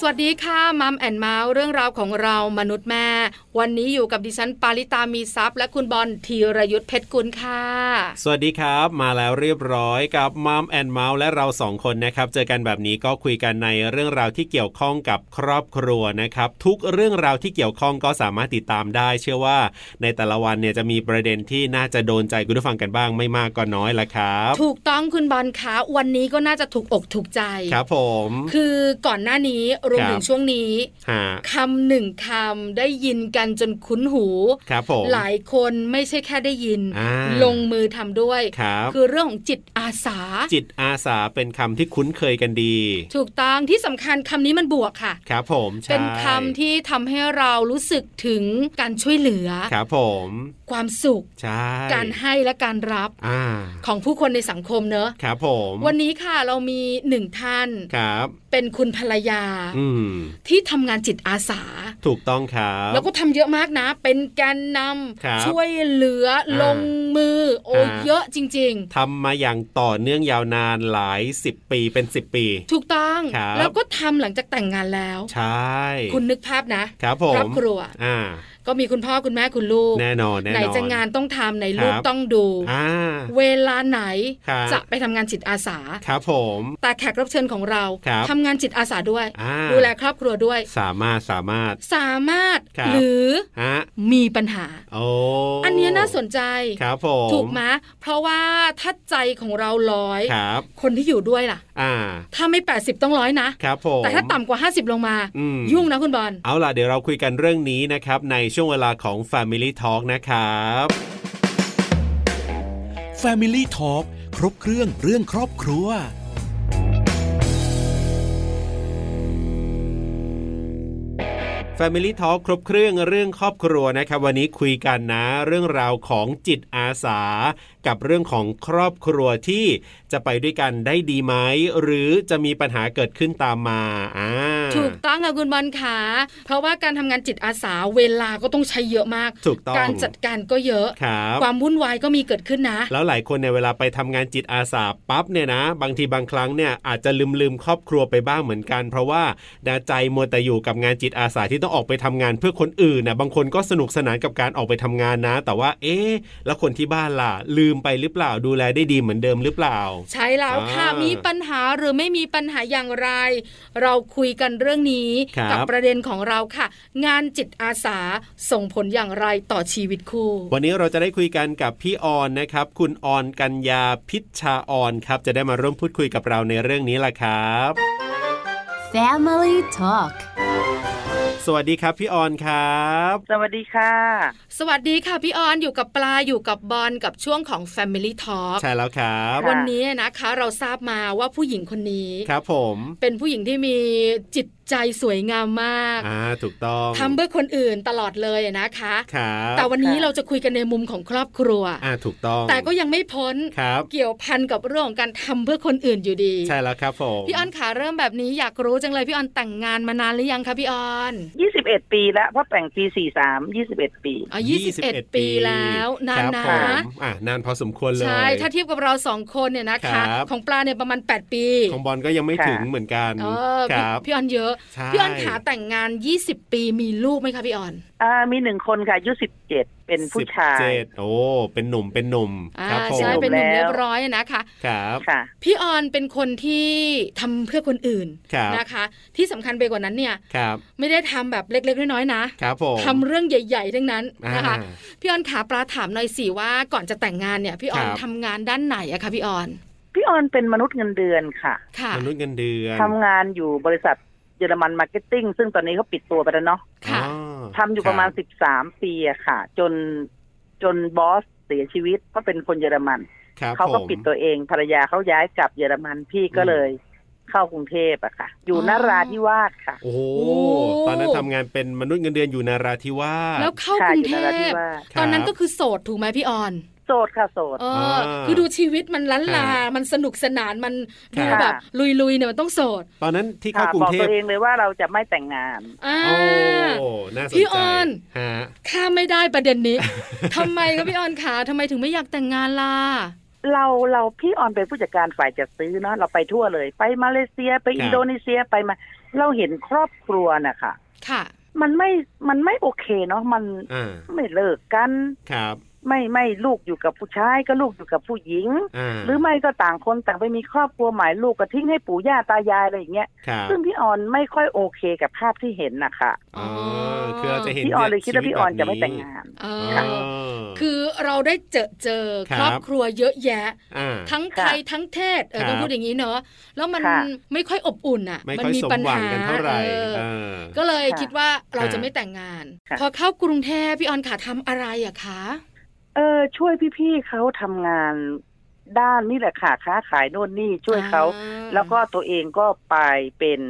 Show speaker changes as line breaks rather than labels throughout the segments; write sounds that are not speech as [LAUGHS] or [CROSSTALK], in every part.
สวัสดีค่ะมัมแอนเมาส์เรื่องราวของเรามนุษย์แม่ วันนี้อยู่กับดิฉันปาริตามีซัพย์และคุณบอลธีรยุทธเพชรกุลค่ะ
สวัสดีครับ มาแล้วเรียบร้อยกับมัมแอนเมาส์และเราสองคนนะครับ เจอกันแบบนี้ก็คุยกันในเรื่องราวที่เกี่ยวข้องกับครอบครัวนะครับ ทุกเรื่องราวที่เกี่ยวข้องก็สามารถติดตามได้ เชื่อว่าในแต่ละวันเนี่ยจะมีประเด็นที่น่าจะโดนใจคุณผู้ฟังกันบ้างไม่มากก็น้อยละครับ
ถูกต้องคุณบอลคะวันนี้ก็น่าจะถูกอกถูกใจ
ครับผม
คือก่อนหน้านี้รวม
ครับ
ถึงช่วงนี้
ฮะ
คำหนึ่งคำได้ยินกันจนคุ้นหู
ครับผม
หลายคนไม่ใช่แค่ได้ยิน
อ่า
ลงมือทำด้วย
ครับ
คือเรื่องของจิตอาสา
จิตอาสาเป็นคำที่คุ้นเคยกันดี
ถูกต้องที่สำคัญคำนี้มันบวกค่ะ
ครับผมใช่
เป็นคำที่ทำให้เรารู้สึกถึงการช่วยเหลือ
ครับผม
ความสุข
ใช่
การให้และการรับ
อ่า
ของผู้คนในสังคมเนอะ
ครับผม
วันนี้ค่ะเรามีหนึ่งท่าน
ครับ
เป็นคุณภรรยา
อืม
ที่ทำงานจิตอาสา
ถูกต้องครับ
แล้วก็ทำเยอะมากนะ เป็นแการน
ครับ
ำช่วยเหลืออา ลงมือ โอ้
อ่า
เยอะจริง
ทำมาอย่างต่อเนื่องยาวนานหลาย 10 ปีเป็น 10 ปี
ๆ ถูกต้อง
ครับ
แล้วก็ทำหลังจากแต่งงานแล้ว
ใช่
คุณนึกภาพนะครับ
ผม
ครอบครัว
อ่า
ก็มีคุณพ่อคุณแม่คุณลูก
แน่นอนแน่นอน
ไหนจะงานต้องทำไหนลูก
ครับ
ต้องดู
อ่า
เวลาไหน
ครับ
จะไปทำงานจิตอาสา
ครับผม
แต่แขกรับเชิญของเรา
ครับ
ทำงานจิตอาสาด้วย
อ่า
ดูแลครอบครัวด้วย
สามารถสามารถ
สามารถ
ครับ
หรือ
ฮะ
มีปัญหา
โอ้
อันเนี้ยน่าสนใจ
ครับผม
ถูกไหมเพราะว่าถ้าใจของเราร้อย
ครับ
คนที่อยู่ด้วยล่ะ
อ่า
ถ้าไม่ 80 ต้องร้อยนะ
ครับผม
แต่ถ้าต่ำกว่า 50 ลงมา
อืม
ยุ่งนะคุณบอล
เอาล่ะเดี๋ยวเราคุยกันเรื่องนี้นะครับ ในช่วงเวลาของ Family Talk นะครับ
Family Talk ครบเครื่องเรื่องครอบครัว
Family Talk ครบเครื่องเรื่องครอบครัวนะครับ วันนี้คุยกันนะ เรื่องราวของจิตอาสา กับเรื่องของครอบครัวที่จะไปด้วยกันได้ดีไหม หรือจะมีปัญหาเกิดขึ้นตามมาอ่า
ถูกต้องค่ะคุณบอลขาเพราะว่าการทำงานจิตอาสาเวลาก็ต้องใช้เยอะมาก
ถูกต้อง
การจัดการก็เยอะ
ครับ
ความวุ่นวายก็มีเกิดขึ้นนะ
แล้วหลายคนเนี่ยเวลาไปทำงานจิตอาสาปั๊บเนี่ยนะ บางทีบางครั้งเนี่ยอาจจะลืมลืมๆครอบครัวไปบ้างเหมือนกัน เพราะว่าดาใจมัวแต่อยู่กับงานจิตอาสาที่ต้องออกไปทำงานเพื่อคนอื่นนะบางคนก็สนุกสนานกับการออกไปทำงานนะ แต่ว่าเอ๊ะแล้วคนที่บ้านล่ะ ลืมไปหรือเปล่าดูแลได้ดีเหมือนเดิมหรือเปล่า
ใช่แล้วค่ะ
อ่ามี
มีปัญหาหรือไม่มีปัญหาอย่างไร เราคุยกันเรื่องนี้
ครับ
กัประเด็นของเราค่ะ งานจิตอาสาส่งผลอย่างไรต่อชีวิตคู่
วันนี้เราจะได้คุยกันกับพี่ออนนะครับ คุณออนกัญญาพิชชาออนครับ จะได้มาร่วมพูดคุยกับเราในเรื่องนี้ล่ะครับ
Family Talk
สวัสดีครับพี่ออนครับ
สวัสดีค่ะ
สวัสดีค่ะพี่ออนอยู่กับปลาอยู่กับบอลกับช่วงของ Family Talk
ใช่แล้วครับ
ค่ะ
วันนี้นะคะเราทราบมาว่าผู้หญิงคนนี้
ครับผม
เป็นผู้หญิงที่มีจิตใจสวยงามมาก
อ่าถูกต้อง
ทำเพื่อคนอื่นตลอดเลยนะคะ
ครับ
แต่วันนี้
ค่ะ
เราจะคุยกันในมุมของครอบครัว
อ่าถูกต้อง
แต่ก็ยังไม่พ้น
ครับ
เกี่ยวพันกับเรื่องของการทำเพื่อคนอื่นอยู่ดี
ใช่แล้วครับผม
พี่ออนขาเริ่มแบบนี้อยากรู้จังเลยพี่ออนแต่งงานมานานหรือยังคะพี่ออน
21 ปีแล้วเพราะแต่งปี 43 21 ปี
อ๋อ21 ปีแล้วนาน
ครับ
นะ
ผมอ่ะนานพอสมควรเลย
ใช่ถ้าเทียบกับเราสองคนเนี่ยนะคะ
ครับ
ของปลาเนี่ยประมาณ 8 ปี
ของบอลก็ยังไม่
ค่ะ
ถึงเหมือนกัน
เออ
ค
พี่
รับ
พี่ออนเยอะ
ใช่
พี่ออนขาแต่งงาน 20 ปีมีลูกไหมคะพี่ออน
อ่ามีหนึ่งคนค่ะอายุ17 เป็นผู้ชาย
สิบเจ็ดโอ้เป็นหนุ่มเป็นหนุ่ม
อ่า
ครับผม
ใช่เป็นหนุ่ม
แล้ว
เรียบร้อยนะคะ
ครับ
ค่ะ
พี่ออนเป็นคนที่ทำเพื่อคนอื่น
ครับ
นะคะ ที่สำคัญไปกว่านั้นเนี่ย
ครับ
ไม่ได้ทำแบบเล็กๆน้อยๆนะ
ครับผม
ทำเรื่องใหญ่ ๆ ทั้งนั้นนะคะ
อ่า
พี่ออนขาปลาถามหน่อยสิว่าก่อนจะแต่งงานเนี่ย พี่ออน
ครับ
ทำงานด้านไหนอะคะพี่ออน
พี่ออนเป็นมนุษย์เงินเดือนค่ะ
ค่ะ
มนุษย์เงินเดือน
ทำงานอยู่บริษัทเยอรมันมาร์เก็ตติ้งซึ่งตอนนี้เขาปิดตัวไปแล้วเนาะ
ค่ะ
อ๋อ
ทำอยู่ประมาณ
คบ
13 ปีอะค่ะ จนจนบอสเสียชีวิตเพราะเป็นคนเยอรมัน
ครับ
เขาก็
ผม
ปิดตัวเองภรรยาเขาย้ายกลับเยอรมันพี่ก็
อืม
เลย เข้ากรุงเทพอะค่ะ อยู่
อ๋อ
นราธิวาสค่ะ
โอ้โห
โอ้
ตอนนั้นทำงานเป็นมนุษย์เงินเดือนอยู่นาราธิวาส
แล้วเข้า
ค่ะ
กรุ
อง ยู่
เท
นราธิ
พ
วาส
ตอนนั้นก็คือโสดถูกไหมพี่ออน
โสดค่ะโสด
เอ
อ่
อา คือดูชีวิตมันล้านลา
ครับ
มันสนุกสนานมันดู
ครับ
แบบลุยๆเนี่ยมันต้องโสด
ตอนนั้นที่เข้า
ค่ะ
กรุ
บ
ง
อก
เท
ตั
พ
วเองเลยว่าเราจะไม่แต่งงาน
อ่า
โอ้น่าสนใจ
พี่ออน
ฮะ
[LAUGHS] ข้ามไม่ได้ประเด็นนี้ ทำไมคะพี่ออนขาทำไมถึงไม่อยากแต่งงานล่ะ
เราเราพี่ออนเป็นผู้จัดการฝ่ายจัดซื้อเนาะเราไปทั่วเลย ไปมาเลเซียไป
ครับ
อินโดนีเซียไปมา เราเห็นครอบครัวนะคะ
ค่ะ
มันไม่มันไม่โอเคเนาะมัน
อ่า
ไม่เลิกกัน
ครับ
ไม่ไม่ลูกอยู่กับผู้ชายก็ลูกอยู่กับผู้หญิง
อ่า
หรือไม่ก็ต่างคนต่างไปมีครอบครัวใหมายลูกก็ทิ้งให้ปู่ย่าตายายอะไรอย่างเงี้ย
ครับ
ซึ่งพี่ออนไม่ค่อยโอเคกับภาพที่เห็นนะคะ
อ๋อคือเราจะเห็น
พี่ออนเลยคิดว่า
ชี
พี่ออนจะ
บบ
ไม่แต่งงาน
เอ
อ๋
อ
อ
อคือเราได้เจอเจอ
ครั
ค
บ
รอบครัวเยอะแยะ
อ่า
ทั้งไทยทั้งเทศเออ
ครับ
ต้องพูดอย่างนี้เนาะแล้วมัน
ค่ะ
ไม่ค่อยอบอุ่นอ่ะ
ไม่ค่อย
มี
สม
ปัญ
หวัง
หา
กันเท่าไหร่
เออ
เออ
ก็เลย
ค่ะ
คิดว่าเราจะ
ค่ะ
ไม่แต่งงาน
ค่ะ
พอเข้ากรุงเทพพี่ออนขาทำอะไรอะคะ
เออช่วยพี่ๆเขาทำงานด้านนี่แหละค่ะค้าขายโน่นนี่ช่วยเขา
อ่
แล้วก็ตัวเองก็ไปเป็น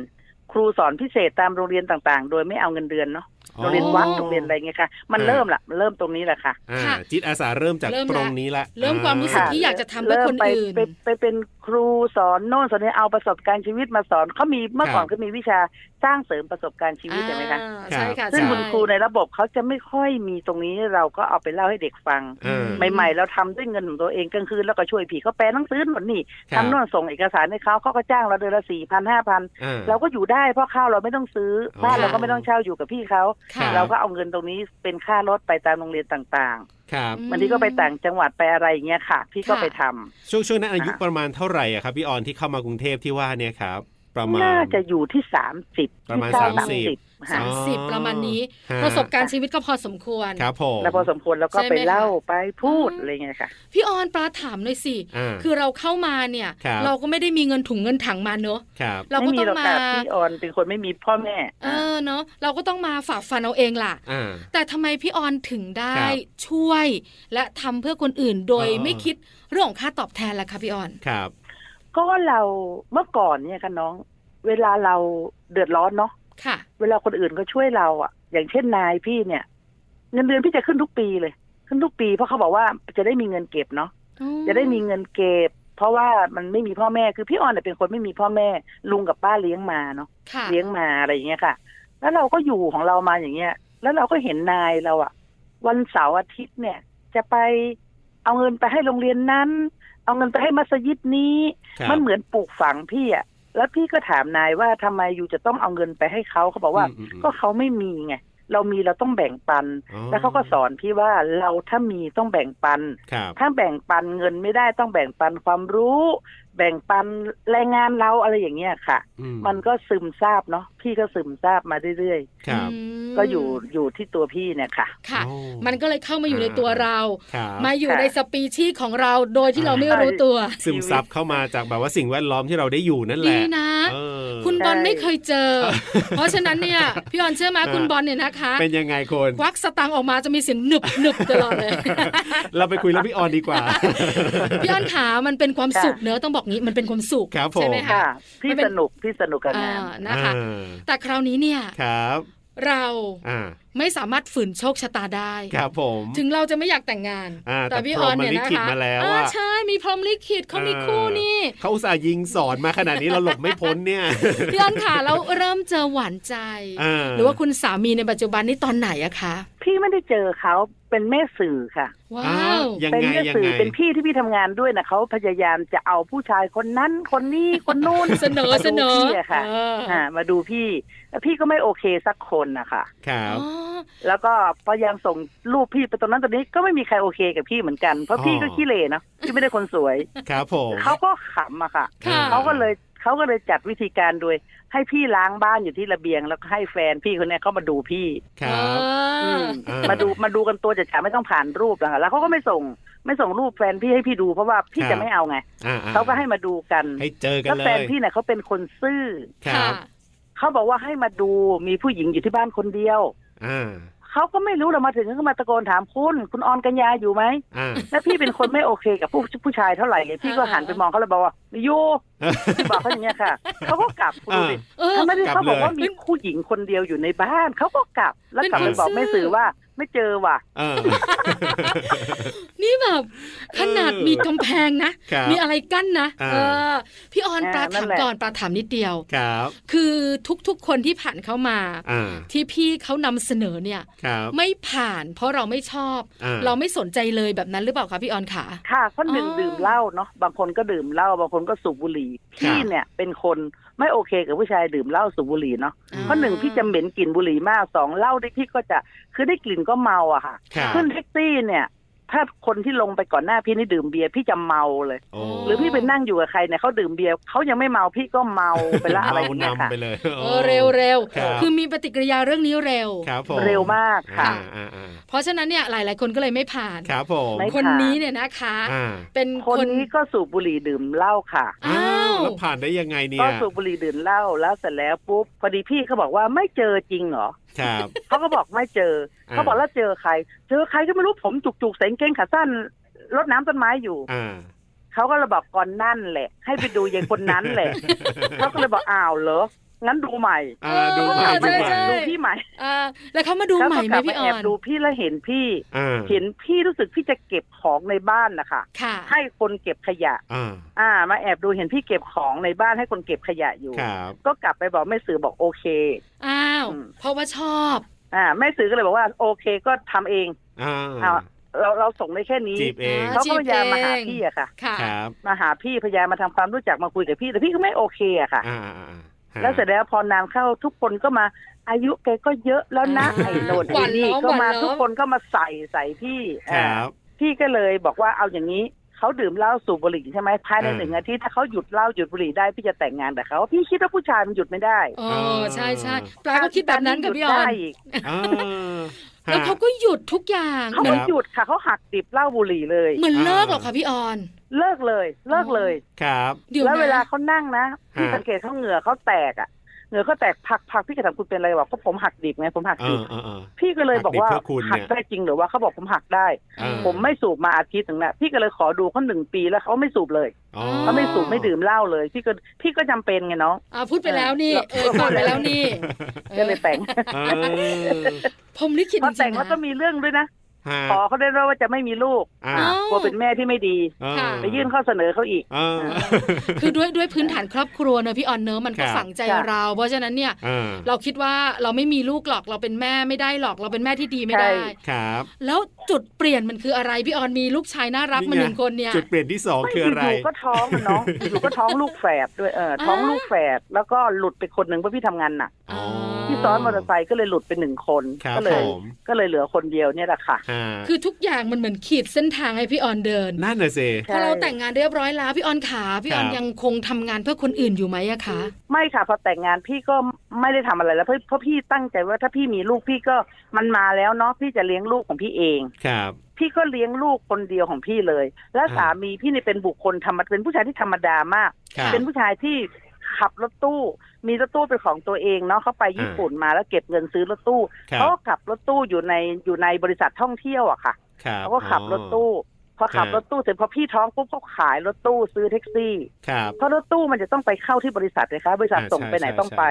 ครูสอนพิเศษตามโรงเรียนต่างๆ โดยไม่เอาเงินเดือนเนาะโรงเรียนวัดโรงเรียนอะไรเงี้ยค่ะ มันเริ่มละเริ่มตรงนี้แหละค่ะ
อ่าจิตอาสาเริ่มจากตรงนี้ละ
เริ่มความรู้สึก
ค่ะ
ที่อยากจะทำเพื่อคน
เริ่มไป
อื่น
ไปไปเป็นครูสอนโน่นสอนนี่เอาประสบการณ์ชีวิตมาสอนเขามีเมื่อก่อนก็มีวิชาสร้างเสริมประสบการณ์ชีวิตใช่ไหมคะ
อ่าใช่ค่ะ
ซึ่ง
ใช่
คุณครูในระบบเขาจะไม่ค่อยมีตรงนี้เราก็เอาไปเล่าให้เด็กฟัง
อ่า
ไม่
ใหม่ๆ เราทำด้วยเงินของตัวเองกลางคืนแล้วก็ช่วยผีเขาแปลหนังสือหนุนนี่
ครับ
ทำโน่นส่งเอกสารให้เขาเขาก็จ้างเราเดือนละสี่พันห้าพัน
อ่
เราก็อยู่ได้เพราะข้าวเราไม่ต้องซื้ออ
อ
บ้านเราก็ไม่ต้องเช่าอยู่กับพี่เขา
ค่ะ
เราก็เอาเงินตรงนี้เป็นค่ารถไปตามโรงเรียนต่าง
ครับ
อืม
ๆบางทีก็ไปต่างจังหวัดไปอะไรอย่างเงี้ยค่ะ พี่ก็
ค่ะ
ไปทำ
ช่วงช่วงนั้นอายุประมาณเท่าไหร่อะครับ พี่ออนที่เข้ามากรุงเทพที่ว่าเนี่ยครับ ประมาณ
น่าจะอยู่ที่สามสิบ
ประมาณ
เก้า
สามสิบ
ค่ะ
สามสิบประมาณนี้
ฮะ
ประสบการณ์ชีวิตก็พอสมควร
ครับผม
แล้วพอสมควรแล้วก็
ใช่ไหม
ไปเล่า
คะ
ไปพูด
อืม
อะไรเงี้ยค่ะ
พี่ออนปลาถามหน่อยสิ
อ่า
คือเราเข้ามาเนี่ย
ครับ
เราก็ไม่ได้มีเงินถุงเงินถังมาเนอะ
ครับ
เรา
ไม่
ก็
มี
ต้อง
หรอก
มา
ค่ะพี่ออนเป็นคนไม่มีพ่อแม่
เออเนอะเราก็ต้องมาฝากฟันเอาเองล่ะ
อ่า
แต่ทำไมพี่ออนถึงได้
ครับ
ช่วยและทำเพื่อคนอื่นโดย
อ๋อ
ไม่คิดเรื่องของค่าตอบแทนล่ะคะพี่ออน
ครับ
ก็เราเมื่อก่อนเนี่ยค่ะน้อง เวลาเราเดือดร้อนเนาะ
ค่ะ
เวลาคนอื่นก็ช่วยเราอ่ะ อย่างเช่นนายพี่เนี่ย เงินเดือนพี่จะขึ้นทุกปีเลย ขึ้นทุกปีเพราะเขาบอกว่าจะได้มีเงินเก็บเนาะจะได้มีเงินเก็บ เพราะว่ามันไม่มีพ่อแม่คือพี่ออนเนี่ยเป็นคนไม่มีพ่อแม่ ลุงกับป้าเลี้ยงมาเนาะ
ค่ะ
เลี้ยงมาอะไรอย่างเงี้ยค่ะ แล้วเราก็อยู่ของเรามาอย่างเงี้ย แล้วเราก็เห็นนายเราอ่ะ วันเสาร์อาทิตย์เนี่ย จะไปเอาเงินไปให้โรงเรียนนั้น เอาเงินไปให้มัสยิดนี้
ครับ
มันเหมือนปลูกฝังพี่อ่ะ แล้วพี่ก็ถามนายว่าทำไมอยู่จะต้องเอาเงินไปให้เขาเขาบอกว่า
อืมอืมอืม
ก็เขาไม่มีไง เรามีเราต้องแบ่งปัน
อ๋อ
แล้วเขาก็สอนพี่ว่าเราถ้ามีต้องแบ่งปัน
ครับ
ถ้าแบ่งปันเงินไม่ได้ต้องแบ่งปันความรู้ แบ่งปันแรงงานเราอะไรอย่างเงี้ยค่ะ
อื
มันก็ซึมซาบเนาะ พี่ก็ซึมซาบมาเรื่อย
ครับ
ม
ๆ ก็อยู่อยู่ที่ตัวพี่เนี่ยค่ะ
ค่ะ
โอ้
มันก็เลยเข้ามาอยู่ในตัวเรา
ครับ
มาอยู่
ค่ะ
ในสปีชีส์ของเราโดยที่เราไม่
ใช่
รู้ตัว
ซึมซับเข้ามาจากแบบว่าสิ่งแวดล้อมที่เราได้อยู่นั่นแห
ดี
ละ
นะ
เออ
คุณบอล
ใช่
ไม่เคยเจอ เพราะฉะนั้นเนี่ย พี่ออนเชื่อไหม
อ่า
คุณบอลเนี่ยนะคะ
เป็นยังไงคน
ควักสตังค์ออกมาจะมีเสียงหนึบหนึบตลอดเลย
[LAUGHS] เราไปคุยแล้วพี่ออนดีกว่า
พี่อ้อนขามันเป็นความ
ค่ะ
สุขเนอะต้องบอกงี้มันเป็นความสุข
ครับผม
ใช่ไหมคะ
ค่ะ พี่สนุกพี่สนุกกับ
อ่าง
าน
นะคะ
อ่า
แต่คราวนี้เนี่ย
ครับ
เรา
อ่า
ไม่สามารถฝืนโชคชะตาได้
ครับผม
ถึงเราจะไม่อยากแต่งงาน
อ่า
แต่
แต่
พี่ออนเนี่ย
พรหมลิ
นะ
ขิต
คะ
มาแล้ว
อ่า
อะ
ใช่มีพรหมลิขิตเขามีคู่นี่
เขาอุตส่าห์ยิงสอนมาขนาดนี้เราหลบไม่พ้นเนี่ย
พี่อ้อนขาเราเริ่มเจอหวานใจ
อ่า
หรือว่าคุณสามีในปัจจุบันนี่ตอนไหนอะคะ
พี่ไม่ได้เจอเขาเป็นแม่สื่อค่ะ
ว้า
อ้าว วยัง
เป็น
ไง
เรื่อง
ยัง
สื่อ
ไง
เป็นพี่ที่พี่ทำงานด้วยนะเขาพยายามจะเอาผู้ชายคนนั้นคนนี้คนนู้น
เสนอ
มาดู
เสนอ
พี่ะค่ะ
เอออ่
่ามาดูพี่แล้วพี่ก็ไม่โอเคสักคนนะคะ
ครับ
อ๋อ
แล้วก็พยายามส่งรูปพี่ไปตรงนั้นตรงนี้ก็ไม่มีใครโอเคกับพี่เหมือนกันเพราะพี่ก็
อ๋อ
ขี้เหร่เนอะพี่ไม่ได้คนสวย
ครับผม
เขาก็ขำอะค่ะ
ค่ะ
เขาก็เลยเขาก็เลยจัดวิธีการโดย ให้พี่ล้างบ้านอยู่ที่ระเบียง แล้วก็ให้แฟนพี่คนเนี้ยเขามาดูพี่
ครั
เอบ อ
อ่าม
มาดูมาดูกันตัวจะฉาไม่ต้องผ่านรูปแล้วค่ะแล้วเขาก็ไม่ส่งไม่ส่งรูปแฟนพี่ให้พี่ดูเพราะว่าพี่จะไม่เอาไง
อ่ๆ
เขาก็ให้มาดูกัน
ให้เจอกัน
แล้ว
เลย
แฟนพี่เนี่ยเขาเป็นคนซื่อ
ค
ค่ะ
รับ
เขาบอกว่าให้มาดูมีผู้หญิงอยู่ที่บ้านคนเดียว
อ่า
เขาก็ไม่รู้เรามาถึงก็มาตะโกนถามคุณ คุณออนกัญญาอยู่ไหม
[LAUGHS] อ่า
แล้วพี่เป็นคนไม่โอเคกับผู้ผู้ชายเท่าไหร่เลยพี่ก็
อ่า
หันไปมองเขาแล้วบอกว่าไม่อยู่พี่บอกเขาอย่างเงี้ยค่ะ เขาก็กลับคุณดูดิ
เออ
เขาไม่ได้
กลับ
เขาบอก
เลย
ว่ามีผู้หญิงคนเดียวอยู่ในบ้าน เขาก็กลับแล้วกลับ
เป็
ไป
นคน
บอกแม่สื่อว่า ไม่เจอว่ะ
เออ
นี่แบบขนาดมีกำแพงนะ
ครับ
มีอะไรกั้นนะ
อ่า
เออ พี่ออน
อ่า
ปลา
นั่
ถาน ม
แหละ
ก่อนปลาถามนิดเดียว
ครับ
คือทุกๆคนที่ผ่านเข้ามา
อ่า
ที่พี่เขานำเสนอเนี่ย
ครับ
ไม่ผ่านเพราะเราไม่ชอบ
อ่า
เราไม่สนใจเลยแบบนั้นหรือเปล่าคะพี่ออนขา
ค่ะคนหนึ่ง
อ๋อ
ดื่มเหล้าเนาะบางคนก็ดื่มเหล้าบางคนก็สูบบุหรี่พี่เนี่ยเป็นคนไม่โอเคกับผู้ชายดื่มเหล้าสูบบุหรี่เนาะ
อ่า
เพราะหนึ่งพี่จะเหม็นกลิ่นบุหรี่มากสองเหล้าที่พี่ก็จะคือได้กลิ่นก็เมาอะค่ะ
ครับ
ขึ้นแท็กซี่เนี่ย ถ้าคนที่ลงไปก่อนหน้าพี่นี่ดื่มเบียร์พี่จะเมาเลย
โอ้
หรือพี่ไปนั่งอยู่กับใครเนี่ยเขาดื่มเบียร์เขายังไม่เมาพี่ก็เมาไป
[LAUGHS]
ละอะไรอย่างเงี้ยค่ะ
เมานำไปเลย
เออเร็วเร็วๆ
ครับ
คือมีปฏิกิริยาเรื่องนี้เร็ว
ครับผม
เร็วมากค่ะ
อ่าอ่าอ่า
เพราะฉะนั้นเนี่ยหลาย ๆ คนก็เลยไม่ผ่าน
ครับผม
ไม่
คน
ผ่าน
นี้เนี่ยนะคะ
อ่า
เป็นค
คน
น
นี้ก็สูบบุหรี่ดื่มเหล้าค่ะ
อ้าว
แล้วผ่านได้ยังไงเนี่
ก็
ย
สูบบุหรี่ดื่มเหล้าแล้วเสร็จแล้วปุ๊บพอดีพี่เขาบอกว่าไม่เจอจริงเหรอ
ครับ
เขาก็บอกไม่เจอ
อ่า
เขาบอกแล้วเจอใคร เจอใครก็ไม่รู้ผมจุกๆใส่กางเกงขาสั้นรดน้ำต้นไม้อยู่
อ่า
เขาก็เลยบอกก่อนนั่นแหละ ให้ไปดูยายคนนั้นแหละ เขาก็เลยบอกอ้าวเหรอ งั้นดูใหม่
[LAUGHS] อ่าดูใหม่
เออ
ดู
ใช่
ใหม่
ใช่
ดูพี่ใหม่
อ่าแล้วเขามาดู
แล้ว
ใหม่ไห
ก็ก
ม
ลับ
พี่อ
มาแอ
อบ น
ดูพี่แล้วเห็นพี่
อ่า
เห็นพี่รู้สึกพี่จะเก็บของในบ้านนะคะ
ค่ะ
ให้คนเก็บขยะ
อ่า
อ่า มาแอบดูเห็นพี่เก็บของในบ้านให้คนเก็บขยะอยู่
ครับ
ก็กลับไปบอกแม่สื่อบอกโอเค
อ้าว
อืม
เพราะว่าชอบ
อ่าแม่สื่อก็เลยบอกว่า โอเคก็ทำเอง
อ่า
เอา เราเราส่งได้แค่นี้
จีบเอง
เขาก็พยายามมาหา
จีบเอง
พี่อะค่ะ
ค่ะ
ครับ
มาหาพี่พยายามมาทำความรู้จักมาคุยกับพี่แต่พี่ก็ไม่โอเคอะค่ะ
อ่าอ่าอ่าฮะ
แล้วเสร็จแล้วพอนานเข้าทุกคนก็มาอายุแกก็เยอะแล้วนะ
อ่า
ไอ้โนน
ห
ไอ้
วานล้
นี่
อม
ก็มา
หวานล้อม
ทุกคนก็มาใส่ใส่พี่
ค
อ่า
รับ
พี่ก็เลยบอกว่าเอาอย่างนี้เขาดื่มเหล้าสูบบุหรี่ใช่ไหมภายใน
อ่า
หนึ่งอาทิตย์ถ้าเขาหยุดเหล้าหยุดบุหรี่ได้พี่จะแต่งงานแต่เขาพี่คิดว่าผู้ชายมันหยุดไม่ได้
เออใช่ใช่ป
เออ
ลาก็คิดแบบนั้นกับพี่ออน
ได้อีก
อ่าฮะ
แล้วเขาก็หยุดทุกอย่าง
เขา
เหมือน
ไม่หยุดค่ะเขาหักดิบเหล้าบุหรี่เลย
เหมือนเลิก
อ่า
เหรอคะพี่ออน
เลิกเลยเลิกเลย
ครับ
เดี๋ยว
แล้วเวลา
นะ
เขานั่งนะพี่
ฮะ
สังเกตเขาเหงื่อเขาแตกอ่ะเหงื่อเขาแตกพักพักพี่จะถามคุณเป็นอะไรบอกก็ผมหักดิบไงผมหัก
เอ
ดิ
อบ เออเออ
พี่ก็เลยบอกว่า
หักดิบเพื่อคุณเนี่ย
หักได้จริงหรือว่าเขาบอกผมหักได้
เออ
ผมไม่สูบมาอาทิตย์หนึ่งแล้วพี่ก็เลยขอดูเขาหนึ่งปีแล้วเขาไม่สูบเลย
อ๋อ
เขาไม่สูบไม่ดื่มเหล้าเลย พี่ก็พี่ก็จำเป็นไงน้อง
อ่าพูดไปแล้วนี่ เอ
เอ
อ
อ
ปากไปแล้วนี่
ก็เลย
[LAUGHS]
แต่ง
เออ
ผมลิขิต
พ
จ
อ
ริ
แต่
งๆ
งแล้
นะ
วก็มีเรื่องด้วยนะ
ฮะ
ขอเขาได้ด้วยว่าจะไม่มีลูก
อ่า
อ่ากลัวเป็นแม่ที่ไม่ดี
เออ
ค่ะ
ไปยื่นข้อเสนอเขาอีก
เออ
คือด้วยด้วยพื้นฐานครอบครัวเนอะพี่ออนเนอะมันก็
ครับ
ฝังใจ
ครับ
เรา เพราะฉะนั้นเนี่ย
เออ
เราคิดว่าเราไม่มีลูกหรอกเราเป็นแม่ไม่ได้หรอกเราเป็นแม่ที่ดีไม่ได้
ครับ
แล้วจุดเปลี่ยนมันคืออะไรพี่ออนมีลูกชายน่ารักมาหนึ่งคนเนี่ย
จุดเปลี่ยนที่สอง
ไม่
คืออะไร
ยู่ๆก็ท้องอะน้อง อยู่ๆก็ท้องลูกแฝดด้วยเออท้อง
อ้าว
ลูกแฝดแล้วก็หลุดไปคนหนึ่งเพราะพี่ทำงานหนัก
อ๋อ
พี่ซ้อนมอเตอร์ไซค์ก็เลยหลุดไปหนึ่งคน
ครับ
ก็เลย
ผม
ก็เลยเหลือคนเดียวเนี่ยแหละค่ะ
ฮะ
คือทุกอย่างมันเหมือนขีดเส้นทางให้พี่ออนเดิน
นั่นน่ะสิ
พอเราแต่งงานเรียบร้อยแล้วพี่ออนขาพี่ออน
ครับ
ยังคงทำงานเพื่อคนอื่นอยู่ไหมอะคะ
ไม่ค่ะพอแต่งงานพี่ก็ไม่ได้ทำอะไรแล้วเพราะเพราะพี่ตั้งใจว่าถ้าพี่มีลูกพี่ก็มันมาแล้วเนาะพี่จะเลี้ยงลูกของพี่เอง
ครับ
พี่ก็เลี้ยงลูกคนเดียวของพี่เลย และ
อ่า
สามีพี่นี่เป็นบุคคลธรรมดาเป็นผู้ชายที่ธรรมดามาก
ครับ
เป็นผู้ชายที่ขับรถตู้ มีรถตู้เป็นของตัวเองเนาะเขาไปญี่ปุ่นมาแล้วเก็บเงินซื้อรถตู้
ครับ
เขาก็ขับรถตู้อยู่ในอยู่ในบริษัทท่องเที่ยวอะค่ะ
ครับ
เขาก็ขับรถตู้พอขับรถตู้เสร็จพอพี่ท้องปุ๊บเขาขายรถตู้ซื้อแท็กซี่
ครับ
เพราะรถตู้มันจะต้องไปเข้าที่บริษัทเลยคะบริษัท
อ่า
ส่งไปไหน
ใช่
ต้อง
ใช่
ไป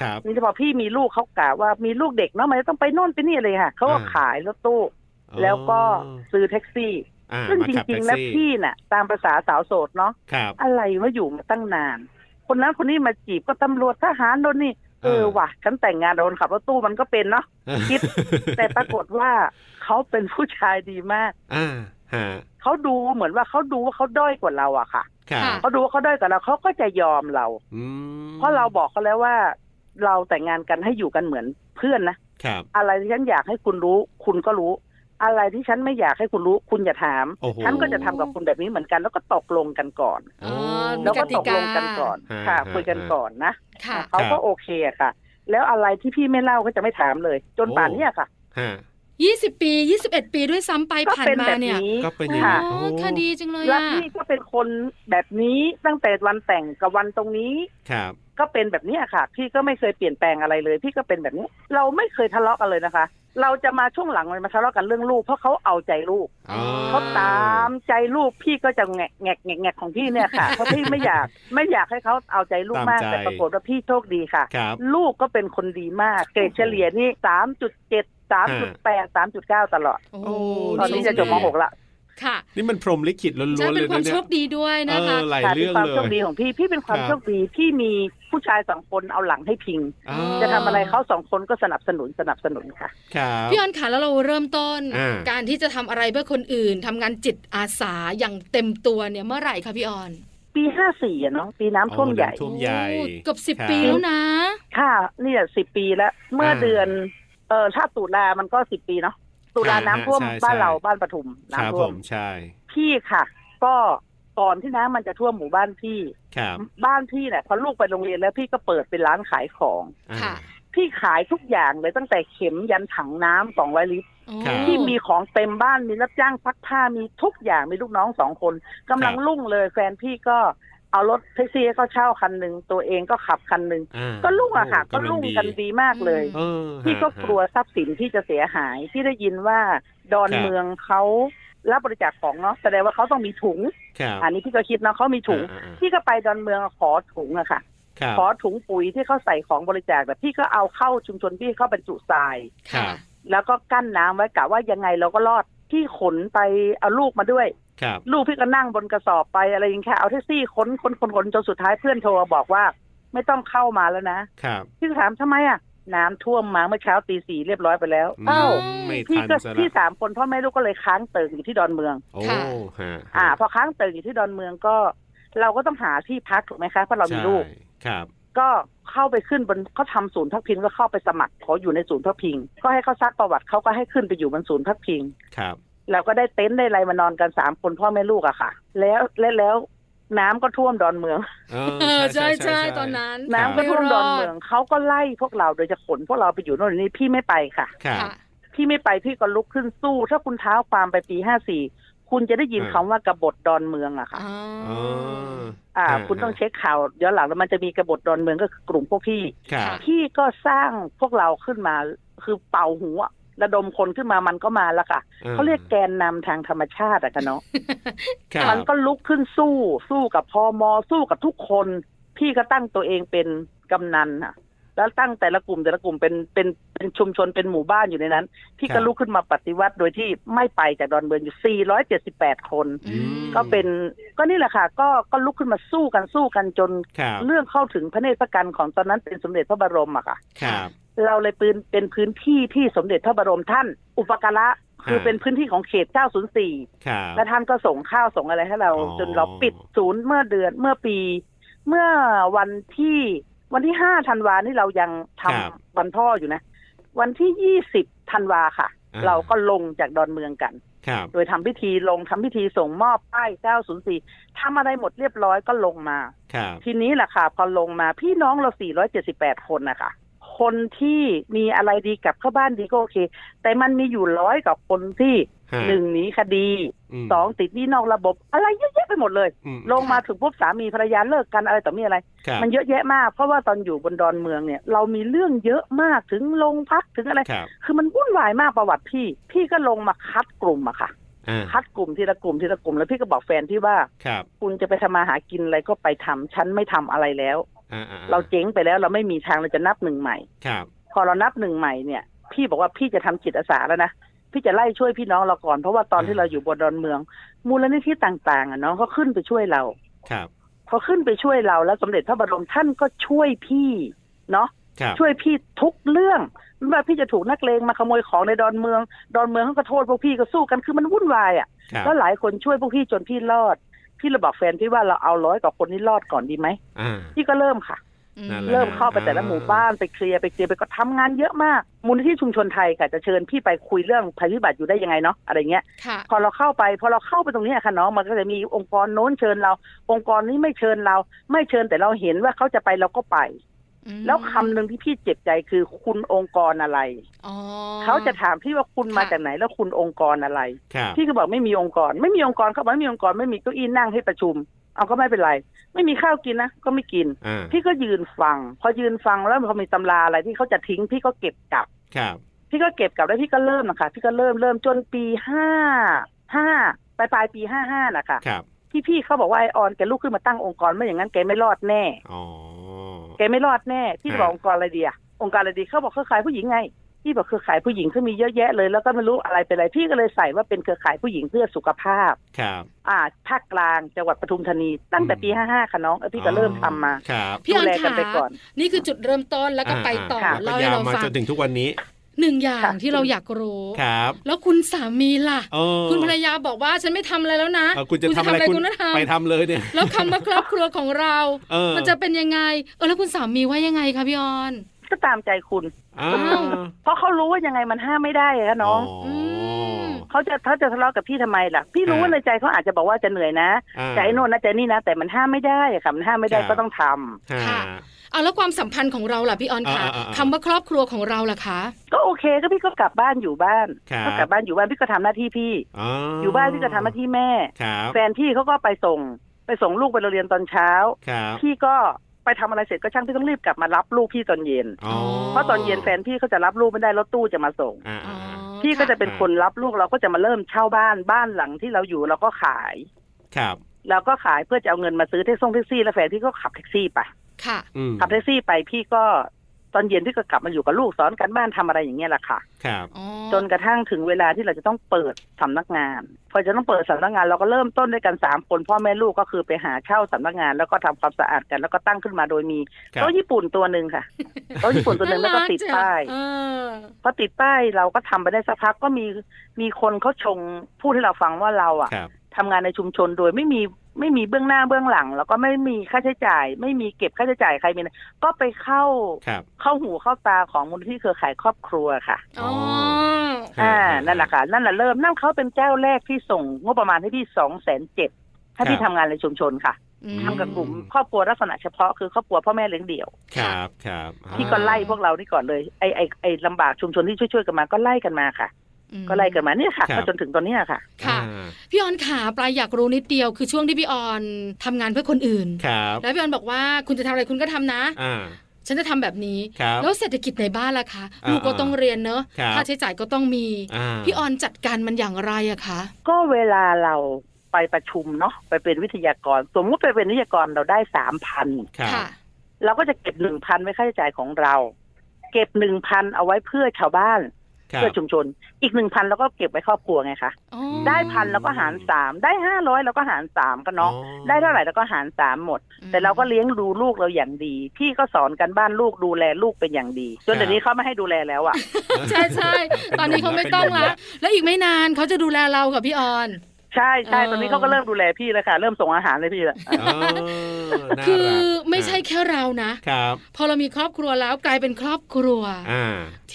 ครับ
นี่พอพี่มีลูกเขากะว่ามีลูกเด็กเนาะมันจะต้องไปโน่นไปนี่เลยค่ะเขาก็
อ่า
ขายรถตู้ แล้วก็ซื้อแท็กซี่
อ่า
ซึ่ง
มา
จ
ขับ
ริ
ท็
ง
ก
ๆแล้ว
ซี่
พี่น่ะ ตามภาษาสาวโสดเนาะ
ครับ
อะไรว่าอยู่มาตั้งนาน คนนั้นคนนี้มาจีบก็ตำรวจทหารโดนนี่เออว่ะฉันแต่งงานโดนขับรถตู้มันก็เป็นเนาะ คิ
[LAUGHS]
ด แต่ปรากฏว่าเขาเป็นผู้ชายดีมาก
อ่าฮะ
เขาดูเหมือนว่าเขาดูว่าเขาด้อยกว่าเราอะค่ะ
ครับ
เขาดูว่าเขาด้อยกว่าเราเขาก็จะยอมเรา
อืม
เพราะเราบอกเขาแล้วว่า เราแต่งงานกันให้อยู่กันเหมือนเพื่อนนะครับ อะไรที่ฉันอยากให้คุณรู้ คุณก็รู้ อะไรที่ฉันไม่อยากให้คุณรู้ คุณอย่าถาม
โอ้โห
ฉันก็จะทำกับคุณแบบนี้เหมือนกัน แล้วก็ตกลงกันก่อน
อ๋อ มี
แล้วก็
ติ
ตกลงกันก่อน
ฮะ
ค่ะ
ฮะ
คุยกัน
ฮะ
ก่อนนะ
ค่ะ
เขาก็โอเคอะค่ะ แล้วอะไรที่พี่ไม่เล่าก็จะไม่ถามเลย จนป่านเนี้ยค่ะ
ฮะ
20 ปี 21 ปีด้วยซ้ำไป
ก็
ผ่าน
เป็น
มา
แบบ
เนี่ย
นี้
ก็เป็นอย่าง
ค่ะ
นี้
โอ้
โอ้
คดีจังเลย
และ
อะ
พี่ก็เป็นคนแบบนี้ตั้งแต่วันแต่งกับวันตรงนี้
ครับ
ก็เป็นแบบเนี้ยค่ะ พี่ก็ไม่เคยเปลี่ยนแปลงอะไรเลย พี่ก็เป็นแบบนี้ เราไม่เคยทะเลาะกันเลยนะคะ เราจะมาช่วงหลังมันมาทะเลาะกันเรื่องลูก เพราะเขาเอาใจลูก
อ๋อ
เขาตามใจลูกพี่ก็จะแงะแงะแงะแงะของพี่เนี่ย
[LAUGHS]
ค่ะ เพราะพี่ไม่อยากไม่อยากให้เขาเอาใจลูกมาก
ตามใจ
แต่ปรากฏว่าพี่โชคดีค่ะ
ครับ
ลูกก็เป็นคนดีมาก เกรดเฉลี่ยนี่สามจุดเจ็ด สามจุดแปดสามจุดเก้าตลอด
โอ้
โอ้
ตอนนี้จะจบมหกละ
ค่ะ
นี่มันพรหมลิขิตล้
ใช่
วนๆ
เป็
เล
น
ย
ความ
นะเนี่
โช
ย
คดีด้วย
เอ
นะคะ
อหลาย
ค่ะเป็
เรื่
น
อง
ความ
เลย
โชคดีของพี่ พี่เป็นความ
ครับ
โชคดีที่มีผู้ชายสองคนเอาหลังให้พิง
อ่า
จะทำอะไรเขาสองคนก็สนับสนุนสนับสนุนค่ะ
ครับ
พี่ออนค่ะแล้วเราเริ่มต้น
อ่า
การที่จะทำอะไรเพื่อคนอื่นทำงานจิตอาสาอย่างเต็มตัวเนี่ยเมื่อไหร่คะพี่ออน
ปีห้าสี่เนาะปีน้ำท่วม
โอ้
ใหญ่
น้ำท่วมใหญ่
โอ้เกือบสิบ
ครับ
ปีแล้วนะ
ค่ะเนี่ยสิบปีแล้วเมื่อเดือนเออถ้าตุลามันก็สิบปีเนาะตุลาน้ำท่วม
อ่าใช่
บ้านเรา
ใช่
บ้านปทุม
ครับ
น้ำ
ผ
ท่วม
มใช่
พี่ค่ะ ก็ก่อนที่น้ำมันจะท่วมหมู่บ้านพี่
ครับ
บ้านพี่เนี่ยพอลูกไปโรงเรียนแล้วพี่ก็เปิดเป็นร้านขายของ
อ่า
ค่ะ
พี่ขายทุกอย่างเลยตั้งแต่เข็มยันถังน้ำสองร้อยลิตร
โอ้
ครับ
พี่มีของเต็มบ้านมีรับจ้างซักผ้ามีทุกอย่างมีลูกน้องสองคนกำลังรุ่งเลยแฟนพี่ก็เอารถแท็กซี่ให้เขาเช่าคันหนึ่งตัวเองก็ขับคันหนึ่ง
อ่า
ก็ลุ่งอะค่ะ
โ
ก็ลุ่งกันดีมากเลย
เออ
พี่ก็
ฮะ
กลัวทรัพย์สินที่จะเสียหายที่ได้ยินว่าดอน
ครับ
เมืองเขารับบริจาคของเนาะแสดงว่าเขาต้องมีถุง
ครับ
อันนี้พี่ก็คิดเนาะเขามีถุง
อ่าอ่า
พี่ก็ไปดอนเมืองขอถุงอะค่ะ
ครับ
ขอถุงปุ๋ยที่เขาใส่ของบริจาคแต่พี่ก็เอาเข้าชุมชนพี่เข้าบรรจุทราย
ค่ะ
แล้วก็กั้นน้ำไว้กะว่ายังไงเราก็รอดพี่ขนไปเอาลูกมาด้วย
ครับ
ลูกพี่ก็นั่งบนกระสอบไปอะไรอย่างเงี้ยค่ะเอาแท็กซี่ขนขนขนขนจนสุดท้ายเพื่อนโทรมาบอกว่า ไม่ต้องเข้ามาแล้วนะ
ครับ
พี่ถามทำไมอ่ะ น้ำท่วมมาเมื่อเช้าตีสี่เรียบร้อยไปแล้ว
อืม
เอ้า
ไม่
พี่
ทัน
ก็
ซะ
พี่
ละ
สามคนพ่อแม่ลูกก็เลยค้างเติ่งอยู่ที่ดอนเมือง
โอ้
ค่ะ
ฮะ
อ่า พอค้างเติ่งอยู่ที่ดอนเมืองก็ เราก็ต้องหาที่พักถูกไหมคะเพราะเรามีลูก
ใช่ครับ
ก็เข้าไปขึ้นบนเขาทำศูนย์พักพิงก็เข้าไปสมัครขออยู่ในศูนย์พักพิง ก็ให้เขาซักประวัติเขาก็ให้ขึ้นไปอยู่บนศูนย์พักพิง
ครับ
เราก็ได้เต็นท์ได้อะไรมานอนกันสามคนพ่อแม่ลูกอะค่ะ แล้วและแล้วน้ำก็ท่วมดอนเมือง
เออ
เออใช่ใช่ตอนนั้น
น้ำก็ท่วมดอน
ไร
เมืองเขาก็ไล่พวกเราโดยจะขนพวกเราไปอยู่โน่นนี่พี่ไม่ไปค่ะ
ครับ
ค่ะ
พี่ไม่ไปพี่ก็ลุกขึ้นสู้ ถ้าคุณเท้าความไปปีห้าสี่คุณจะได้ยิน
อ่า
คำว่ากบฏดอนเมืองอะค่ะ
อ๋อ
อ๋อ
อ่า
อ่า
คุณต้องเช็คข่าวย้อนหลังแล้วมันจะมีกบฏดอนเมืองก็คือกลุ่มพวกพี่
ครับ
พี่ก็สร้างพวกเราขึ้นมาคือเป่าหูอะระดมคนขึ้นมามันก็มาแล้วค่ะเขาเรียกแกนนำทางธรรมชาติอะค่ะเนาะ
ครับ
มันก็ลุกขึ้นสู้ สู้กับพอมสู้กับทุกคน พี่ก็ตั้งตัวเองเป็นกำนันอะแล้วตั้งแต่ละกลุ่มแต่ละกลุ่มเป็นเป็นเป็นชุมชนเป็นหมู่บ้านอยู่ในนั้น พี่
ครั
ก็
บ
ลุกขึ้นมาปฏิวัติโดยที่ไม่ไปจากดอนเมืองอยู่ 478 คน
อืม
ก็เป็นก็นี่แหละค่ะ ก็ก็ลุกขึ้นมาสู้กันสู้กันจน
ครับ
เรื่องเข้าถึงพระเนตรพระกันของตอนนั้นเป็นสมเด็จพระบรมอะค่ะ
ครับ
เราเลยปืนเป็นพื้นที่ที่สมเด็จพระบรมท่าน อุปการะคือ
ฮะ
เป็นพื้นที่ของเขต 904
ครับ
และท่านก็ส่งข้าวส่งอะไรให้เรา
อ๋อ
จนเราปิดศูนย์เมื่อเดือนเมื่อปี เมื่อวันที่วันที่ 5 ธันวานี่เรายังทำวันพ่ออยู่นะ วันที่ 20 ธันวาค่ะ
อ่า
เราก็ลงจากดอนเมืองกัน
ครับ
โดยทำพิธีลงทำพิธีส่งมอบป้าย 904ทำอะไรหมดเรียบร้อยก็ลงมา
ครับ
ทีนี้แหละค่ะพอลงมาพี่น้องเรา 478 คนนะคะ คนที่มีอะไรดีกลับเข้าบ้านดีก็โอเค แต่มันมีอยู่ร้อยกับคนที่
ฮะ
หนึ่งหนีคดี
ม
สองติดหนี้นอกระบบ อะไรเยอะแยะไปหมดเลย
อืม
ลงมาถึงปุ๊บสามีภรรยาเลิกกันอะไรต่อมีอะไร
ครับ
มันเยอะแยะมาก เพราะว่าตอนอยู่บนดอนเมืองเนี่ย เรามีเรื่องเยอะมากถึงโรงพักถึงอะไร
ครับ
คือมันวุ่นวายมากประวัติพี่ พี่ก็ลงมาคัดกลุ่มอะค่ะ
อ่า
คัดกลุ่มทีละกลุ่มทีละกลุ่มแล้วพี่ก็บอกแฟนพี่ว่า
ครับ
คุณจะไปทำมาหากินอะไรก็ไปทำฉันไม่ทำอะไรแล้ว
อ่าอ่
เราเจ๊งไปแล้วเราไม่มีทางเราจะนับหนึ่งใหม่
ครับ
พอเรานับหนึ่งใหม่เนี่ยพี่บอกว่าพี่จะทำจิตอาสาแล้วนะพี่จะไล่ช่วยพี่น้องเราก่อนเพราะว่าตอนที่เราอยู่บนดอนเมือง มูลนิธิต่างๆอ่ะเนาะเขาขึ้นไปช่วยเรา
ครับ
เขาขึ้นไปช่วยเราแล้วสมเด็จพระบรมท่านก็ช่วยพี่เนาะ
ครับ
ช่วยพี่ทุกเรื่องไม่ว่าพี่จะถูกนักเลงมาขโมยของในดอนเมือง ดอนเมืองเขาก็โทษพวกพี่ก็สู้กันคือมันวุ่นวายอ่ะ
ครับ
แล้วหลายคนช่วยพวกพี่จนพี่รอด พี่เลยบอกแฟนพี่ว่าเราเอาร้อยกว่าคนนี้รอดก่อนดีไหม
อ่า
พี่ก็เริ่มค่ะ
อืม
นั่นแหละ
เริ่มเข้าไป
อ่า
แต่ละหมู่บ้านไปเคลียร์ไปเคลียร์ไปก็ทำงานเยอะมาก มูลนิธิชุมชนไทยค่ะจะเชิญพี่ไปคุยเรื่องภัยพิบัติอยู่ได้ยังไงเนาะอะไรเงี้ย
ค่ะ
พอเราเข้าไปพอเราเข้าไปตรงเนี้ยค่ะน้องมันก็จะมีองค์กรโน้นเชิญเรา องค์กรนี้ไม่เชิญเรา ไม่เชิญแต่เราเห็นว่าเขาจะไปเราก็ไป แล้วคำหนึ่งที่พี่เจ็บใจคือคุณองค์กรอะไร
อ๋อ
เขาจะถามพี่ว่าคุณมา
ค่ะ
จากไหนแล้วคุณองค์กรอะไร
ครับ
พี่ก็บอกไม่มีองค์กร ไม่มีองค์กรเขาบอกไม่มีองค์กรไม่มีเก้าอี้นั่งให้ประชุม เอาก็ไม่เป็นไร ไม่มีข้าวกินนะก็ไม่กิน
อ่า
พี่ก็ยืนฟัง พอยืนฟังแล้วพอมีตำราอะไรที่เขาจะทิ้ง พี่ก็เก็บกลับ
ครับ
พี่ก็เก็บกลับแล้วพี่ก็เริ่มนะคะ พี่ก็เริ่มเริ่มจนปีห้าห้าปลายปลายปีห้าห้านะคะ
ครับ
พี่พี่เขาบอกว่าไอออนแกลุกขึ้นมาตั้งองค์กรไม่อย่างนั้นแกไม่รอดแน่
อ๋อ
แกไม่รอดแน่พี่
ฮะ
บอกองค์กรอะไรดีอะองค์กรอะไรดีเขาบอกเขาขายผู้หญิงไง พี่บอกเครือข่ายผู้หญิงเขามีเยอะแยะเลย แล้วก็ไม่รู้อะไรเป็นอะไรพี่ก็เลยใส่ว่าเป็นเครือข่ายผู้หญิงเพื่อสุขภาพ
ครับ
อ่าภาคกลางจังหวัดปทุมธานีตั้งแต่ปี 55 ค่ะน้องเออพี่ก็เริ่มทำมา
ครับ
พี่ออน
ดูแลกั
ค่ะ
นไปก่อน
นี่คือจุดเริ่มต้นแล้วก็ไปต่อ
ค่ะ
เล่า
ก็
ให้
ยาว
เรา
มา
ฟัง
จนถึงทุกวันนี้
หนึ่งอย่าง
ค่ะ
ที่เราอยากรู้
ครับ
แล้วคุณสามีล่ะ
เออ
คุณภรรยาบอกว่าฉันไม่ทำอะไรแล้วนะ
เออคุณจะทำอะไร
คุ
คุณ ณ
ก็ทำ
ไปทำเลยเนี่ย
แล้วคำว่าครอบครัวของเรา
เออ
มันจะเป็นยังไง เออแล้วคุณสามีว่ายังไงคะพี่ออน
ก็ตามใจคุณ
อ้า
อ้าว ว
เพราะเขารู้ว่ายังไงมันห้ามไม่ได้อะค่ะน้อง
ม
เขาจะเขาจะทะเลาะกับพี่ทำไมล่ะ พี่รู้ว่าในใจเขาอาจจะบอกว่าจะเหนื่อยนะ
อ่า
จะไอ้โน่นนะจะนี่นะ แต่มันห้ามไม่ได้อะค่ะมันห้ามไม่ได้
ครับ
ก็ต้องทำ
ค่ะ
ค่ะ เอาแล้วความสัมพันธ์ของเราล่ะพี่ออนคะ
อ่าอ่าอ่า
คำว่าครอบครัวของเราล่ะคะ
ก็โอเคก็พี่ก็กลับบ้านอยู่บ้าน
ครับ
ก็กลับบ้านอยู่บ้านพี่ก็ทำหน้าที่พี่ อยู่บ้านพี่ก็ทำหน้าที่แม่
ครับ
แฟนพี่เขาก็ไปส่ง ไปส่งลูกไปโรงเรียนตอนเช้า
ครับ
พี่ก็ไปทำอะไรเสร็จก็ช่างพี่ต้องรีบกลับมารับลูกพี่ตอนเย็น
อ๋อ
เพราะตอนเย็นแฟนพี่เขาจะรับลูกไม่ได้รถตู้จะมาส่ง
อ่า
อ๋อ
อ่าอ่า
พี่ก็จะ
ค่
เป็นคนรับลูกเราก็จะมาเริ่มเช่าบ้านบ้านหลังที่เราอยู่เราก็ขาย
ครับ
เราก็ขายเพื่อจะเอาเงินมาซื้อแท็กซี่งแท็กซี่ แล้วแฟนพี่ก็ขับแท็กซี่ไป
ค่ะ
อืม
ขับแท็กซี่ไปพี่ก็ตอนเย็นพี่ก็กลับมาอยู่กับลูกสอนการบ้านทำอะไรอย่างเงี้ยแหละค่ะ
ครับ
อ๋อ
จนกระทั่งถึงเวลาที่เราจะต้องเปิดสำนักงาน พอจะต้องเปิดสำนักงานเราก็เริ่มต้นด้วยกันสามคนพ่อแม่ลูกก็คือไปหาเช่าสำนักงาน แล้วก็ทำความสะอาดกัน แล้วก็ตั้งขึ้นมาโดยมี
ครับ
โต๊ะญี่ปุ่นตัวหนึ่งค่ะโต๊ะญี่ปุ่นตัว
[LAUGHS]
หนึ่งแล้วก็
ารั
ติด
จัง
ป้าย
เออ
พอติดป้ายเราก็ทำไปได้สักพักก็มีมีคนเขาชงพูดให้เราฟังว่าเราอะ
ครับ
ทำงานในชุมชนโดยไม่มีไม่มีเบื้องหน้าเบื้องหลัง แล้วก็ไม่มีค่าใช้จ่าย ไม่มีเก็บค่าใช้จ่ายใครมีนะก็ไปเข้า
ครับ
เข้าหูเข้าตาของมูลนิธิเครือข่ายครอบครัวค่ะ
อ๋อ
อ่านั่นแหละค่ะนั่นแหละเริ่มนั่นเขาเป็นเจ้าแรกที่ส่งงบประมาณให้พี่สองแสนเจ็ดให้พี่ทำงานในชุมชนค่ะ
อืม
ทำกับกลุ่มครอบครัวลักษณะเฉพาะคือครอบครัวพ่อแม่เลี้ยงเดี่ยว
ครับครับอ่า
ที่ก็ไล่พวกเรานี่ก่อนเลยไอ้ไอ้ไอ้ลำบากชุมชนที่ช่วยๆกันมาก็ไล่กันมาค่ะ ก็ไล่กันมาเนี่ยค่ะก็จนถึงตอนเนี้ยค่ะ
ค่ะ
อ่า
พี่ออนขาปลายอยากรู้นิดเดียวคือช่วงที่พี่ออนทำงานเพื่อคนอื่น
ครับ
แล้วพี่ออนบอกว่าคุณจะทำอะไรคุณก็ทำนะ
อ่า
ฉันจะทำแบบนี้
ครับ
แล้วเศรษฐกิจในบ้านล่ะคะ
อ่า
ลูกก็ต้องเรียนเนอะ
ครับ
ค่าใช้จ่ายก็ต้องมี
อ่า
พี่ออนจัดการมันอย่างไรอะคะ
ก็เวลาเราไปประชุมเนาะไปเป็นวิทยากร สมมุติไปเป็นวิทยากรเราได้สามพัน
ครับ
ค่ะ
เราก็จะเก็บหนึ่งพันไว้ค่าใช้จ่ายของเรา เก็บหนึ่งพันเอาไว้เพื่อชาวบ้าน
ครับ
เพื่อชุมชน อีกหนึ่งพันเราก็เก็บไว้ครอบครัวไงคะ
อ๋อ
ม
ได้พันเราก็หารสามได้ห้าร้อยเราก็หารสามก็เนาะได้เท่าไหร่เราก็หารสามหมด แต่เราก็เลี้ยงดูลูกเราอย่างดี พี่ก็สอนกันบ้านลูกดูแลลูกเป็นอย่างดี จนเดี๋ยวนี้เขาไม่ให้ดูแลแล้วอ่ะ
ใช่ใช่ตอนนี้เขาไม่ต้องละแล้วอีกไม่นานเขาจะดูแลเรากับพี่ออน
ใช่ใช่
เออ
ตอนนี้เขาก็เริ่มดูแลพี่แล้วค่ะ เริ่มส่งอาหารเลยพี่ละ
อ๋อน่ารัก
คือไม่ใช่แค่เรานะ
ครับ
พอเรามีครอบครัวแล้วกลายเป็นครอบครัว
อ่า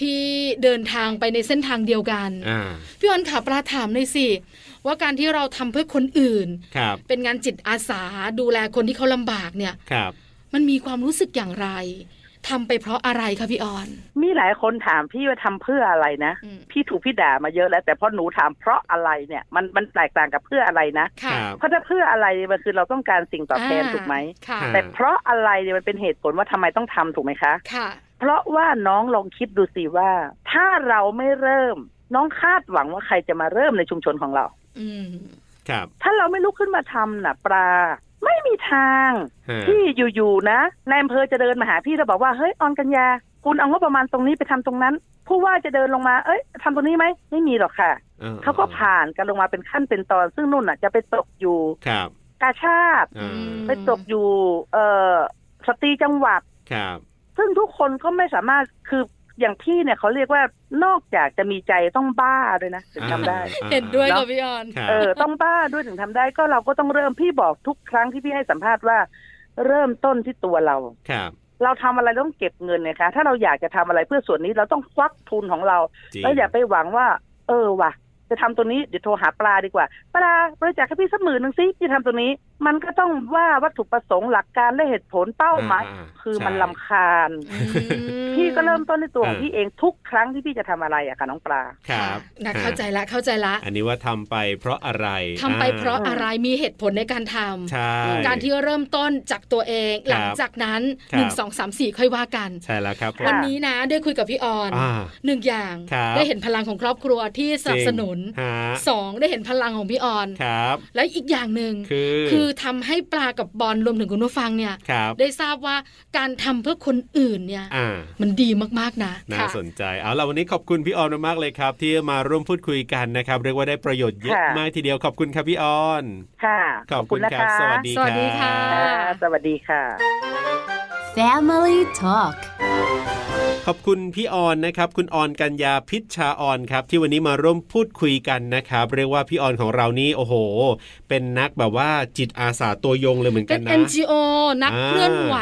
ที่เดินทางไปในเส้นทางเดียวกัน
อ่า
พี่ออนขาปลาถามเลยสิ ว่าการที่เราทำเพื่อคนอื่น
ครับ
เป็นงานจิตอาสาดูแลคนที่เขาลำบากเนี่ย
ครับ
มันมีความรู้สึกอย่างไรทำไปเพราะอะไรคะพี่ออน
มีหลายคนถามพี่ว่าทำเพื่ออะไรนะ
อืม
พี่ถูกพี่ด่ามาเยอะแล้ว แต่พอหนูถามเพราะอะไรเนี่ยมันมันแตกต่างกับเพื่ออะไรนะ
ค่ะ
ครับ
เพราะถ้าเพื่ออะไรมันคือเราต้องการสิ่งตอบแทนถูกไหม
ค่ะ
อ่า
แต่เพราะอะไรเนี่ยมันเป็นเหตุผลว่าทำไมต้องทำถูกไหมคะ
ค่ะ
เพราะว่าน้องลองคิดดูสิว่า ถ้าเราไม่เริ่ม น้องคาดหวังว่าใครจะมาเริ่มในชุมชนของเรา
อืม
ครับ
ถ้าเราไม่ลุกขึ้นมาทำน่ะ ปลา ไม่มีทาง
ฮะ
ที่อยู่ๆนะนายอำเภอจะเดินมาหาพี่แล้วบอกว่าเฮ้ยออนกัญญาคุณเอางบประมาณตรงนี้ไปทำตรงนั้น ผู้ว่าจะเดินลงมาเอ้ยทำตรงนี้ไหมไม่มีหรอกค่ะ
ออ
เขาก็ผ่านกันลงมาเป็นขั้นเป็นตอน ซึ่งนุ่นน่ะจะไปตกอยู่
ครับ
กาชาติ
อ่า
อืม
ไปตกอยู่เอ่อสตรีจังหวัด
ครับ
ซึ่งทุกคนก็ไม่สามารถคืออย่างพี่เนี่ยเขาเรียกว่านอกจากจะมีใจต้องบ้าด้วยนะถึงทำได้
อ่า
เห็นด้วย
แล้
กับ
ว
พี่ออน
ครับ
เออต้องบ้าด้วยถึงทำได้ก็เราก็ต้องเริ่มพี่บอกทุกครั้งที่พี่ให้สัมภาษณ์ว่า เริ่มต้นที่ตัวเรา
ครับ
เราทำอะไรต้องเก็บเงินนะคะ ถ้าเราอยากจะทำอะไรเพื่อส่วนนี้เราต้องควักทุนของเรา
จริง
แล้วอย่าไปหวังว่า เออว่ะ จะทำตัวนี้เดี๋ยวโทรหาปลาดีกว่า ปลาบริจาคให้พี่สักหมื่นหนึ่งสิที่ทำตัวนี้ มันก็ต้องว่าวัตถุประสงค์หลักการและเหตุผลเป้าหมาย
า
คือ
ใช่
มันลำคาญ
อืม
พี่ก็เริ่มต้นในตัวขอ
เอง อ
พี่เองทุกครั้งที่พี่จะทำอะไรอะค่ะน้องปลา
ครับ
นะ
ฮะ
เข้าใจละเข้าใจละ
อันนี้ว่าทำไปเพราะอะไร
ทำไป
อ่
เพราะอะไรมีเหตุผลในการทำ
ใช่
การที่เริ่มต้นจากตัวเอง
ครับ
หลังจากนั้น
ครับ
หนึ่งสองสามสี่ค่อยว่ากัน
ใช่แล้วครับผม
วันนี้นะได้คุยกับพี่ออน
อ่า
หนึ่งอย่าง
ครับ
ได้เห็นพลังของครอบครัวที่สนับ
จริง
สนุน น
ฮะ
สองได้เห็นพลังของพี่ออน
ครับ
และอีกอย่างหนึ่ง
คื
อ
อ
ทำให้ปลากับบอลรวมถึงคุณผู้ฟังเนี่ย
ครับ
ได้ทราบว่าการทำเพื่อคนอื่นเนี่ย
อ่า
มันดีมากๆนะ
น่า
ค่ะ
สนใจ เอาล่ะวันนี้ขอบคุณพี่ออนมากๆเลยครับ ที่มาร่วมพูดคุยกันนะครับ เรียกว่าได้ประโยชน์เยอะ
ค่ะ
มากทีเดียวขอบคุณครับพี่ออน
ค่ะ
ขอบคุณครับ สวัสดี
สวัสดีค่ะ
รับ
ค่ะ สวัสดีค่ะ
Family Talk
ขอบคุณพี่ออนนะครับ คุณออนกัญญาพิชชาออนครับ ที่วันนี้มาร่วมพูดคุยกันนะครับ เรียกว่าพี่ออนของเรานี่โอ้โห เป็นนักแบบว่าจิตอาสาตัวยงเลยเหมือน
เป็
กัน นนะ
NGO นักเคลื่อนไหว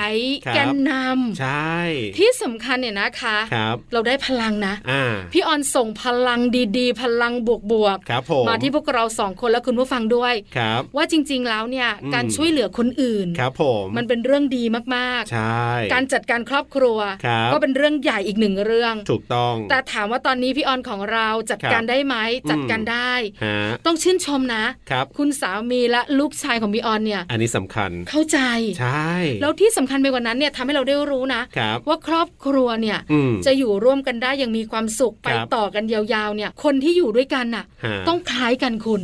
ครับ
แกนน
ใช่
ำที่สำคัญเนี่ยนะคะ
ครับ
เราได้พลังนะ
อ่า
พี่ออนส่งพลังดีๆ พลังบวก
ครับผม
ๆ มาที่พวกเราสองคนและคุณผู้ฟังด้วย
ครับ
ว่าจริงๆแล้วเนี่ย
อืม
การช่วยเหลือคนอื่น
ครับผม
มันเป็นเรื่องดีมาก
ใช่
ๆ การจัดการครอบครัว
ครับ
ก็เป็นเรื่องใหญ่อีกหนึ่งเรื่อง
ถูกต้อง
แต่ถามว่าตอนนี้พี่ออนของเราจัด
ครับ
การได้ไหม
อืม
จัดการได้
ฮะ
ต้องชื่นชมนะ
ครับ
คุณสามีและลูกชายของพี่ออนเนี่ย
อันนี้สำคัญ
เข้าใจ
ใช่
แล้วที่สำคัญไปกว่านั้นเนี่ยทำให้เราได้รู้นะ
ครับ
ว่าครอบครัวเนี่ย
อืม
จะอยู่ร่วมกันได้อย่างมีความสุขไป
ครับ
ต่อกันยาวๆเนี่ย คนที่อยู่ด้วยกันน่ะ
ฮะ
ต้องคล้ายกันคุณ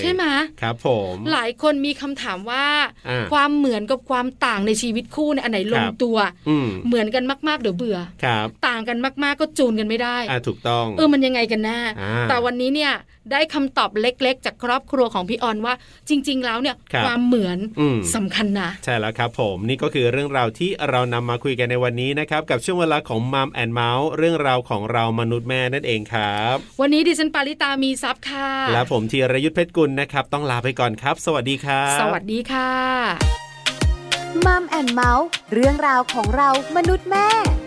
ใช่
ไหม
ครับผม
หลายคนมีคำถามว่า
อ่า
ความเหมือนกับความต่างในชีวิตคู่เนี่ยอันไหนลง
ครับ
ตัว
อืม
เหมือนกันมากๆเดี๋ยวเบื่อ
ครับ
ต่างกันมากๆก็จูนกันไม่ได้
อ่าถูกต้อง
เออมันยังไงกันแน่
อ่า
แต่วันนี้เนี่ยได้คำตอบเล็กๆ จากครอบครัวของพี่ออนว่า จริง ๆ แล้วเนี่ย
ครับ
วามเหมือน
อืม
สำคัญนะ
ใช่แล้วครับผมนี่ก็คือเรื่องราวที่เรานำมาคุยกันในวันนี้นะครับ กับช่วงเวลาของมัมแอนเมาส์เรื่องราวของเรามนุษย์แม่นั่นเองครับ
วันนี้ดิฉันปาริตามีซับค่ะ
และผมธีรยุทธเพชรกุลนะครับ ต้องลาไปก่อนครับ สวัสดีครับ
สวัสดีค่ะ
มัมแอนเมาส์เรื่องราวของเรามนุษย์แม่